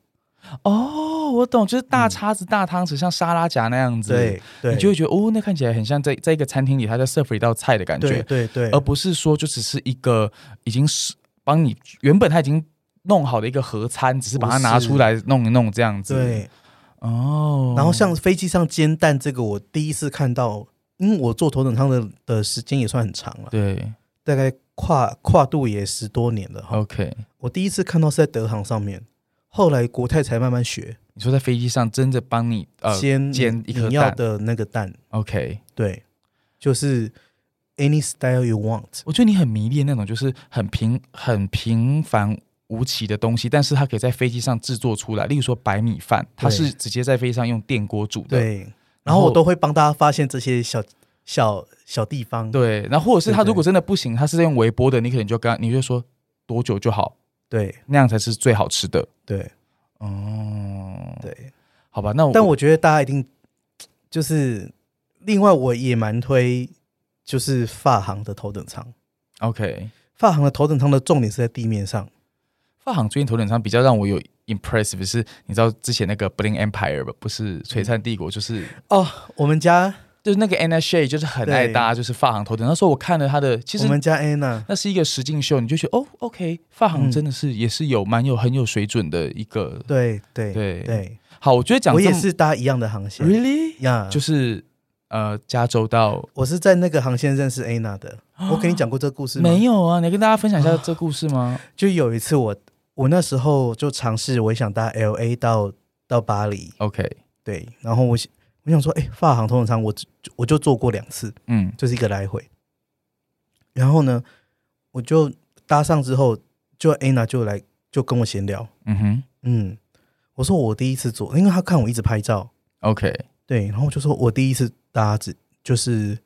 Speaker 2: 哦，我懂，就是大
Speaker 3: 嗯
Speaker 2: 叉子、大汤匙，像沙拉夹那样子。
Speaker 3: 对对，
Speaker 2: 你就会觉得哦，那看起来很像在在一个餐厅里，他在 serve 一道菜的感
Speaker 3: 对
Speaker 2: 觉，
Speaker 3: 对对，
Speaker 2: 而不是说就只是一个已经是帮你原本他已经弄好的一个盒餐，只是把它拿出来弄一弄这样子。，
Speaker 3: 对。
Speaker 2: 哦，
Speaker 3: 然后像飞机上煎蛋这个，我第一次看到，因为我坐头等舱的的时间也算很长了，
Speaker 2: 对
Speaker 3: 大概跨跨度也十多年了哈。
Speaker 2: ，OK，
Speaker 3: 我第一次看到是在德航上面，后来国泰才慢慢学
Speaker 2: 你说在飞机上真的帮你呃
Speaker 3: 煎
Speaker 2: 煎一
Speaker 3: 你
Speaker 2: 颗
Speaker 3: 要
Speaker 2: 蛋
Speaker 3: 的那个蛋，
Speaker 2: ，OK，
Speaker 3: 对，就是 any style you want。
Speaker 2: 我觉得你很迷恋那种就是很平很平凡。无奇的东西，但是它可以在飞机上制作出来。例如说白米饭，它
Speaker 3: 对
Speaker 2: 是直接在飞机上用电锅煮的。
Speaker 3: 对，然后我都会帮大家发现这些小小小地方。
Speaker 2: 对，然后或者是他
Speaker 3: 对对
Speaker 2: 如果真的不行，他是在用微波的，你可能就跟他你就说多久就好，
Speaker 3: 对
Speaker 2: 那样才是最好吃的。
Speaker 3: 对
Speaker 2: 哦，
Speaker 3: 对，
Speaker 2: 好吧，那我
Speaker 3: 但我觉得大家一定就是，另外我也蛮推就是发行的头等舱。
Speaker 2: OK，
Speaker 3: 发行的头等舱的重点是在地面上，
Speaker 2: 发行最近头等舱比较让我有 impressive
Speaker 3: 嗯
Speaker 2: 是，你知道之前那个 Bling Empire 吧？不是璀璨帝国，就是
Speaker 3: 我们家
Speaker 2: 就是那个 Anna Shay 就是很爱搭就是发行头灯。那时候我看了她的，其
Speaker 3: 我
Speaker 2: 实
Speaker 3: 们家 Anna
Speaker 2: 那是一个实境秀，你就觉得哦，OK，发行
Speaker 3: 嗯
Speaker 2: 真的是也是有蛮有很有水准的一个。
Speaker 3: 对对
Speaker 2: 对，
Speaker 3: 对，
Speaker 2: 好，我觉得讲
Speaker 3: 我
Speaker 2: 这
Speaker 3: 也
Speaker 2: 么
Speaker 3: 是嗯搭一样的航线
Speaker 2: ，really
Speaker 3: 呀，
Speaker 2: 就是呃，加州到
Speaker 3: 我是在那个航线认识 Anna 的。我跟你讲过这个故事吗？
Speaker 2: 啊没有啊？你跟大家分享一下这故事吗？
Speaker 3: 就有一次我我那时候就尝试，我也想搭 L A 到到巴黎，
Speaker 2: OK，
Speaker 3: 对，然后我想我想说，哎、发航通常舱我只我就坐过两次，
Speaker 2: 嗯
Speaker 3: 就是一个来回。然后呢，我就搭上之后，就 Anna 就来就跟我闲聊，
Speaker 2: 嗯哼
Speaker 3: 嗯，我说我第一次坐，因为他看我一直拍照，
Speaker 2: ，OK
Speaker 3: 对，然后我就说我第一次搭只就是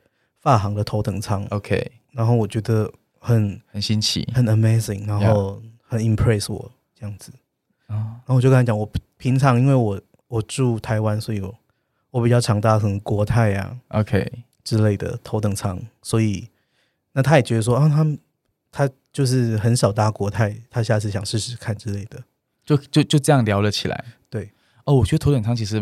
Speaker 3: 发航的头等舱，
Speaker 2: OK，
Speaker 3: 然后我觉得很
Speaker 2: 很 新奇
Speaker 3: 很 amazing，然后很 impress 我这样子。
Speaker 2: 啊，
Speaker 3: 然后我就跟他讲，我平常因为我我住台湾，所以我我比较常搭什么国泰啊
Speaker 2: OK，
Speaker 3: 之类的头等舱，所以那他也觉得说啊，他们他就是很少搭国泰，他下次想试试看之类的。
Speaker 2: 就就就这样聊了起来。
Speaker 3: 对，
Speaker 2: 哦，我觉得头等舱其实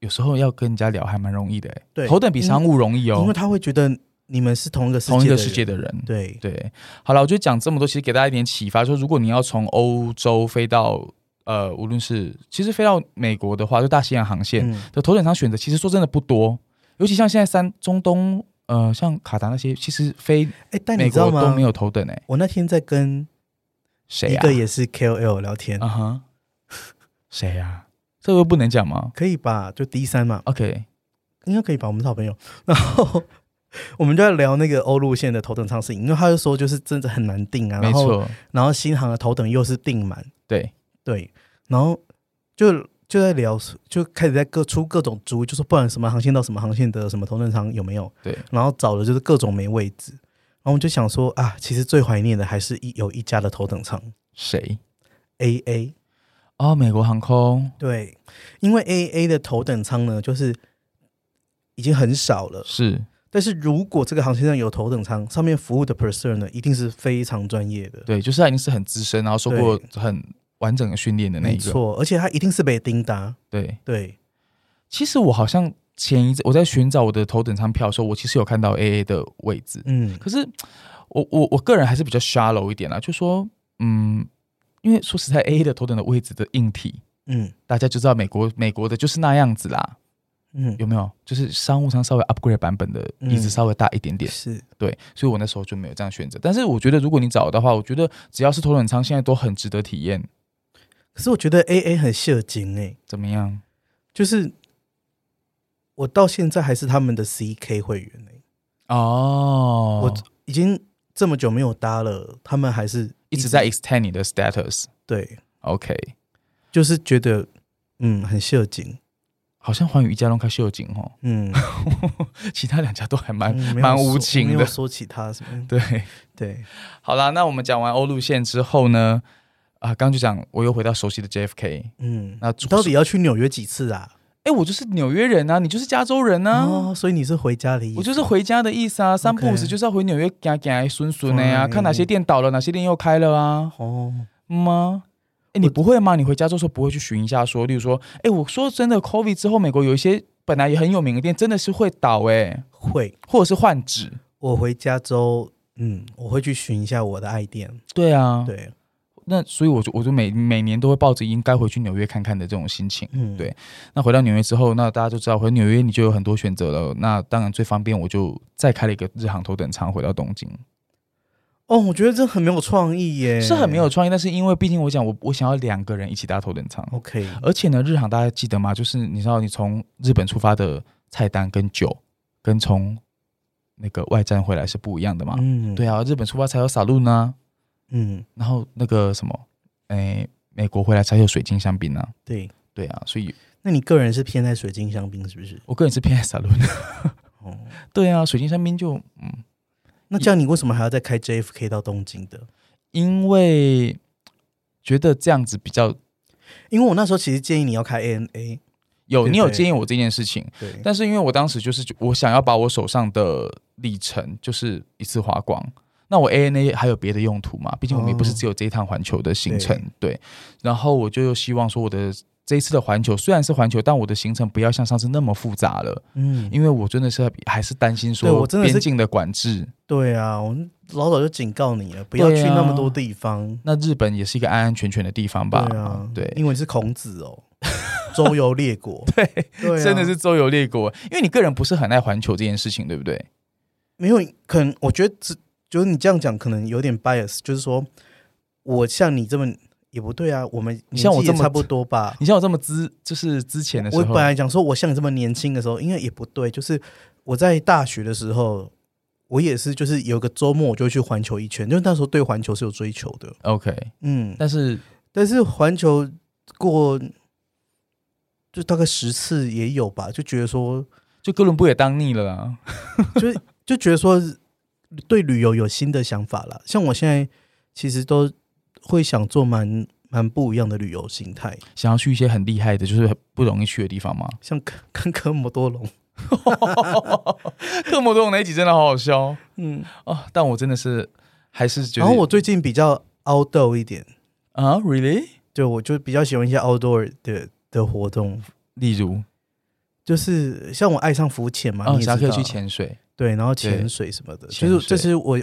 Speaker 2: 有时候要跟人家聊还蛮容易的、欸，
Speaker 3: 对
Speaker 2: 头等比商务容易
Speaker 3: 因为
Speaker 2: 哦，
Speaker 3: 他会觉得你们是同一个世界
Speaker 2: 同一个
Speaker 3: 人
Speaker 2: 世界的人。
Speaker 3: 对
Speaker 2: 对，好了，我就讲这么多，其实给大家一点启发，说如果你要从欧洲飞到呃，无论是其实飞到美国的话，就大西洋航线
Speaker 3: 嗯
Speaker 2: 的头等舱选择，其实说真的不多，尤其像现在三中东呃，像卡达那些，其实飞
Speaker 3: 哎，但你
Speaker 2: 美
Speaker 3: 知道
Speaker 2: 国都
Speaker 3: 吗
Speaker 2: 没？有头等哎、
Speaker 3: 我那天在跟
Speaker 2: 谁
Speaker 3: 一
Speaker 2: 呀、
Speaker 3: 个也是 KOL 聊天，
Speaker 2: 啊哈，谁呀、这个不能讲吗
Speaker 3: 可以吧？就 D 三嘛，
Speaker 2: ？OK，
Speaker 3: 应该可以吧？我们是好朋友。然后 我们就在聊那个欧路线的头等舱事情，因为他就说就是真的很难定啊，
Speaker 2: 没
Speaker 3: 然后
Speaker 2: 错，
Speaker 3: 然后新航的头等又是订满，
Speaker 2: 对，
Speaker 3: 对，然后就就在聊，就开始在各出各种主意，就说不然什么航线到什么航线的什么头等舱有没有？
Speaker 2: 对，
Speaker 3: 然后找的就是各种没位置，然后我们就想说啊，其实最怀念的还是一有一家的头等舱
Speaker 2: 谁？
Speaker 3: A A，
Speaker 2: 哦，美国航空
Speaker 3: 对，因为 A A 的头等舱呢，就是已经很少了，
Speaker 2: 呃是
Speaker 3: 但是如果这个航线上有头等舱，上面服务的 person 呢，一定是非常专业的。
Speaker 2: 对，就是他已经是很资深，然后受过很完整的训练的那
Speaker 3: 没
Speaker 2: 一个。
Speaker 3: 错，而且他一定是被叮达，
Speaker 2: 对，
Speaker 3: 对，
Speaker 2: 其实我好像前一阵我在寻找我的头等舱票的时候，我其实有看到 AA 的位置，
Speaker 3: 嗯，
Speaker 2: 可是我我我个人还是比较 shallow 一点啦，就说嗯，因为说实在，AA 的头等的位置的硬体，
Speaker 3: 嗯
Speaker 2: 大家就知道美国美国的就是那样子啦，
Speaker 3: 嗯，
Speaker 2: 有没有？就是商务舱稍微 upgrade 版本的椅子
Speaker 3: 嗯
Speaker 2: 稍微大一点点，
Speaker 3: 是
Speaker 2: 对，所以我那时候就没有这样选择。但是我觉得，如果你找的话，我觉得只要是头等舱，现在都很值得体验。
Speaker 3: 可是我觉得 A A 很社精哎、
Speaker 2: 怎么样？
Speaker 3: 就是我到现在还是他们的 C K 会员哎、
Speaker 2: 哦，
Speaker 3: 我已经这么久没有搭了，他们还是
Speaker 2: 一直在 extend 你的 status。
Speaker 3: 对，
Speaker 2: OK，
Speaker 3: 就是觉得嗯很社精，
Speaker 2: 好像寰宇一家龙开秀景哦，
Speaker 3: 嗯，
Speaker 2: 其他两家都还蛮、
Speaker 3: 嗯没有
Speaker 2: 蛮
Speaker 3: 说
Speaker 2: 无情
Speaker 3: 没有
Speaker 2: 的。
Speaker 3: 说其他什么，
Speaker 2: 对，
Speaker 3: 对，
Speaker 2: 好啦，那我们讲完欧路线之后呢，啊、刚就讲我又回到熟悉的 JFK。
Speaker 3: 嗯，
Speaker 2: 那
Speaker 3: 你到底要去纽约几次啊？
Speaker 2: 哎，我就是纽约人啊，你就是加州人啊。
Speaker 3: 哦，所以你是回家的意思，
Speaker 2: 我就是回家的意思啊，三不五时就是要回纽约行行顺顺的呀、
Speaker 3: Fine
Speaker 2: 看哪些店倒了，哪些店又开了啊，
Speaker 3: 哦，
Speaker 2: 嗯吗、哎，你不会吗？你回家之后不会去寻一下说，例如说，哎，我说真的，COVID 之后，美国有一些本来也很有名的店，真的是会倒哎、
Speaker 3: 会，
Speaker 2: 或者是换址。
Speaker 3: 我回加州，嗯，我会去寻一下我的爱店，
Speaker 2: 对啊，
Speaker 3: 对，
Speaker 2: 那所以我就我就每每年都会抱着应该回去纽约看看的这种心情。
Speaker 3: 嗯，
Speaker 2: 对那回到纽约之后，那大家就知道回纽约你就有很多选择了。那当然最方便，我就再开了一个日航头等舱回到东京。
Speaker 3: 哦，我觉得这很没有创意耶，
Speaker 2: 是很没有创意，但是因为毕竟我讲我我想要两个人一起搭头等舱，
Speaker 3: OK，
Speaker 2: 而且呢，日航大家记得吗？就是你知道你从日本出发的菜单跟酒跟从那个外站回来是不一样的嘛？
Speaker 3: 嗯，
Speaker 2: 对啊，日本出发才有撒露呢，
Speaker 3: 嗯，
Speaker 2: 然后那个什么，哎，美国回来才有水晶香槟呢、
Speaker 3: 对。
Speaker 2: 对啊，所以
Speaker 3: 那你个人是偏爱水晶香槟是不是？
Speaker 2: 我个人是偏爱撒露的。
Speaker 3: 哦，
Speaker 2: 对啊，水晶香槟就嗯，
Speaker 3: 那这样你为什么还要再开 JFK 到东京的？
Speaker 2: 因为觉得这样子比较
Speaker 3: 因为我那时候其实建议你要开 ANA，
Speaker 2: 有，
Speaker 3: 对
Speaker 2: 你有
Speaker 3: 对
Speaker 2: 建议我这件事情，
Speaker 3: 对，
Speaker 2: 但是因为我当时就是我想要把我手上的里程就是一次花光，那我 ANA 还有别的
Speaker 3: 嗯
Speaker 2: 用途嘛？毕竟我们也不是只有这一趟环球的行程，对。然后我就希望说我的这一次的环球虽然是环球，但我的行程不要像上次那么复杂了，
Speaker 3: 嗯，
Speaker 2: 因为我真的是还是担心
Speaker 3: 对
Speaker 2: 说
Speaker 3: 我真的是
Speaker 2: 边境的管制。
Speaker 3: 对啊，我们老早就警告你了，不要
Speaker 2: 对
Speaker 3: 去
Speaker 2: 啊
Speaker 3: 那么多地方。
Speaker 2: 那日本也是一个安安全全的地方
Speaker 3: 对
Speaker 2: 吧？
Speaker 3: 啊，
Speaker 2: 对
Speaker 3: 因为你是孔子哦，周游列 国，对，啊、
Speaker 2: 真的是周游列国。因为你个人不是很爱环球这件事情，对不对？
Speaker 3: 没有，可能我觉得只就是你这样讲，可能有点 bias，就是说我像你这么也不对啊，我们
Speaker 2: 你像我
Speaker 3: 年纪也
Speaker 2: 这么
Speaker 3: 差不多 吧。
Speaker 2: 你像我这么之，就是之前的时
Speaker 3: 我
Speaker 2: 候
Speaker 3: 本，来讲说，我像你这么年轻的时候，因为也不对，就是我在大学的时候，我也是，就是有个周末我就去环球一圈，就是那时候对环球是有追求的，
Speaker 2: OK，
Speaker 3: 嗯，
Speaker 2: 但是
Speaker 3: 但是环球过就大概十次也有吧，就觉得说，
Speaker 2: 就哥伦布也当腻了啊。
Speaker 3: 就是就觉得说对旅游有新的想法了。像我现在其实都会想做蛮蛮不一样的旅游心态，
Speaker 2: 想要去一些很厉害的，就是很不容易去的地方吗？
Speaker 3: 像跟跟科摩多龙，
Speaker 2: 特摩多龙那一集真的好好笑哦
Speaker 3: 嗯，
Speaker 2: 哦，但我真的是还是觉得，
Speaker 3: 然后我最近比较 outdoor 一点，
Speaker 2: 啊，really，
Speaker 3: 对我就比较喜欢一些 outdoor 的的活动。
Speaker 2: 例如，
Speaker 3: 就是像我爱上浮潜嘛，
Speaker 2: 哦，
Speaker 3: 你也
Speaker 2: 想
Speaker 3: 知
Speaker 2: 要可以
Speaker 3: 道
Speaker 2: 去潜水，
Speaker 3: 对，然后
Speaker 2: 对
Speaker 3: 潜水什么的，
Speaker 2: 潜
Speaker 3: 就是这
Speaker 2: 水
Speaker 3: 是我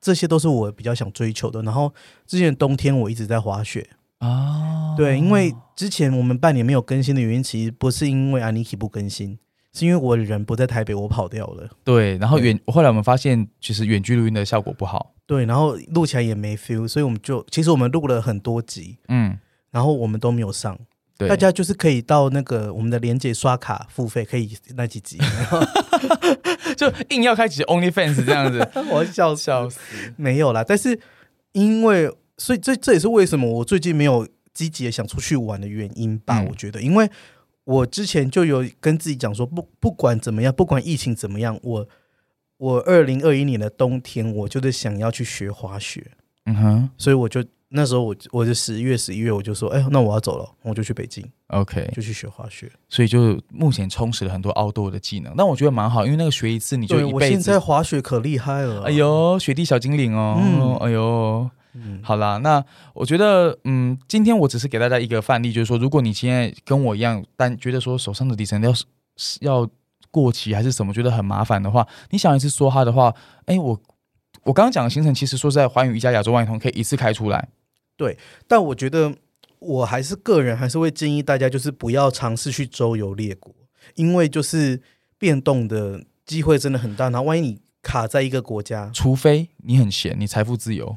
Speaker 3: 这些都是我比较想追求的。然后之前冬天我一直在滑雪，
Speaker 2: 啊，
Speaker 3: 对，因为之前我们半年没有更新的原因，其实不是因为 Aniki 不更新，是因为我人不在台北，我跑掉了。
Speaker 2: 对，然后远，后来我们发现其实远距录音的效果不好，
Speaker 3: 对，然后录起来也没 feel，所以我们就其实我们录了很多集，
Speaker 2: 嗯，
Speaker 3: 然后我们都没有上。
Speaker 2: 对，
Speaker 3: 大家就是可以到那个我们的连接刷卡付费，可以那几集。
Speaker 2: 就硬要开启 OnlyFans 这 样子，
Speaker 3: 我笑
Speaker 2: 笑死，
Speaker 3: 没有啦，但是因为所以这这也是为什么我最近没有积极的想出去玩的原因吧。
Speaker 2: 嗯
Speaker 3: 我觉得，因为我之前就有跟自己讲说，不不管怎么样，不管疫情怎么样，我我二零二一年的冬天，我就是想要去学滑雪，
Speaker 2: 嗯哼
Speaker 3: 所以我就那时候我我就十月十一月我就说，哎、那我要走了，我就去北京，
Speaker 2: ，OK，
Speaker 3: 就去学滑雪。
Speaker 2: 所以就目前充实了很多 outdoor 的技能，但我觉得蛮好，因为那个学一次你就
Speaker 3: 对，
Speaker 2: 一
Speaker 3: 我
Speaker 2: 辈
Speaker 3: 现在
Speaker 2: 子。
Speaker 3: 滑雪可厉害了，
Speaker 2: 哎，呦，雪地小精灵哦！
Speaker 3: 嗯
Speaker 2: 哎呦，
Speaker 3: 嗯，
Speaker 2: 好啦，那我觉得，嗯，今天我只是给大家一个范例，就是说，如果你现在跟我一样，但觉得说手上的里程要是要过期还是什么，觉得很麻烦的话，你想一次说它的话，哎，我我刚刚讲的行程，其实说实在，环宇一家亚洲万里通可以一次开出来，
Speaker 3: 但我觉得我还是个人还是会建议大家，就是不要尝试去周游列国，因为就是变动的机会真的很大。然后万一你卡在一个国 家，
Speaker 2: 除非你很闲，你财富自由，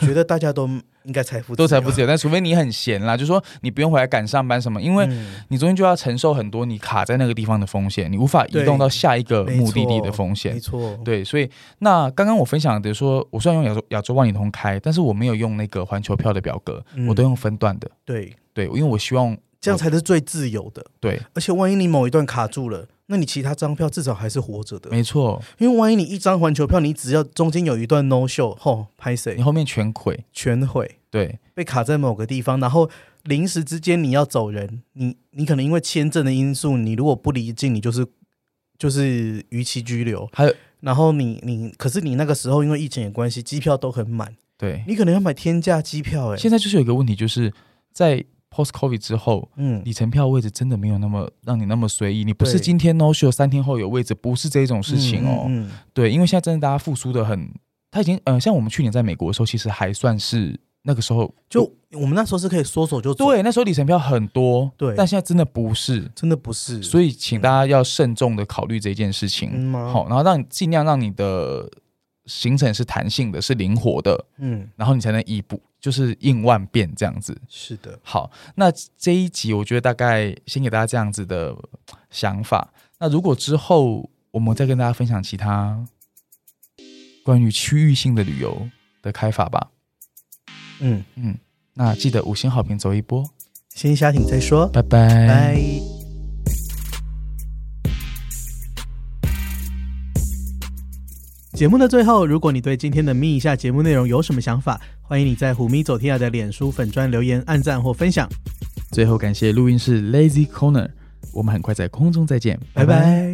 Speaker 3: 觉得大家都应该财富
Speaker 2: 都财富
Speaker 3: 自啊
Speaker 2: 自由，但除非你很闲啦，就说你不用回来赶上班什么，因
Speaker 3: 由，
Speaker 2: 为
Speaker 3: 嗯
Speaker 2: 你中间就要承受很多你卡在那个地方的风险，你无法移
Speaker 3: 对
Speaker 2: 动到下一个
Speaker 3: 没
Speaker 2: 目的地
Speaker 3: 错
Speaker 2: 的风
Speaker 3: 没
Speaker 2: 险。
Speaker 3: 错，
Speaker 2: 对，所以那刚刚我分享的说，我虽然用亚洲亚洲万里通开，但是我没有用那个环球票的表格，
Speaker 3: 嗯
Speaker 2: 我都用分段的。
Speaker 3: 对，
Speaker 2: 对，因为我希望
Speaker 3: 这样才是最自由的。
Speaker 2: 对，
Speaker 3: 而且万一你某一段卡住了，那你其他张票至少还是活着的。
Speaker 2: 没错，
Speaker 3: 因为万一你一张环球票，你只要中间有一段 no show，吼，拍谁
Speaker 2: 你后面全毁。
Speaker 3: 全毁。
Speaker 2: 对，
Speaker 3: 被卡在某个地方，然后临时之间你要走人，你你可能因为签证的因素，你如果不离境，你就是就是逾期拘留。
Speaker 2: 还有
Speaker 3: 然后你你可是你那个时候因为疫情的关系，机票都很满，
Speaker 2: 对，
Speaker 3: 你可能要买天价机票哎、
Speaker 2: 现在就是有一个问题，就是在 post covid 之后。
Speaker 3: 嗯，
Speaker 2: 里程票位置真的没有那么让你那么随意，你不是
Speaker 3: 对
Speaker 2: 今天 no show 三天后有位置，不是这种事情哦。
Speaker 3: 嗯，嗯
Speaker 2: 对，因为现在真的大家复苏的很，他已经呃，像我们去年在美国的时候，其实还算是那个时候
Speaker 3: 就我们那时候是可以说走就走，，
Speaker 2: 对，那时候里程票很多，
Speaker 3: 对
Speaker 2: 但现在真的不是，
Speaker 3: 真的不是，
Speaker 2: 所以请大家要慎重的考虑这件事
Speaker 3: 嗯
Speaker 2: 情，
Speaker 3: 吗？
Speaker 2: 好、，然后让尽量让你的行程是弹性的，是灵活的，
Speaker 3: 嗯，
Speaker 2: 然后你才能以不就是应万变这样子。
Speaker 3: 是的，
Speaker 2: 好，那这一集我觉得大概先给大家这样子的想法。那如果之后我们再跟大家分享其他关于区域性的旅游的开法吧。
Speaker 3: 嗯，
Speaker 2: 嗯，那记得五星好评走一波，
Speaker 3: 先下停再说，
Speaker 2: 拜拜。
Speaker 3: 拜。节目的最后，如果你对今天的咪一下节目内容有什么想法，欢迎你在虎咪走天涯的脸书粉专留言、按赞或分享。
Speaker 2: 最后感谢录音室 Lazy Corner，我们很快在空中再见，
Speaker 3: 拜拜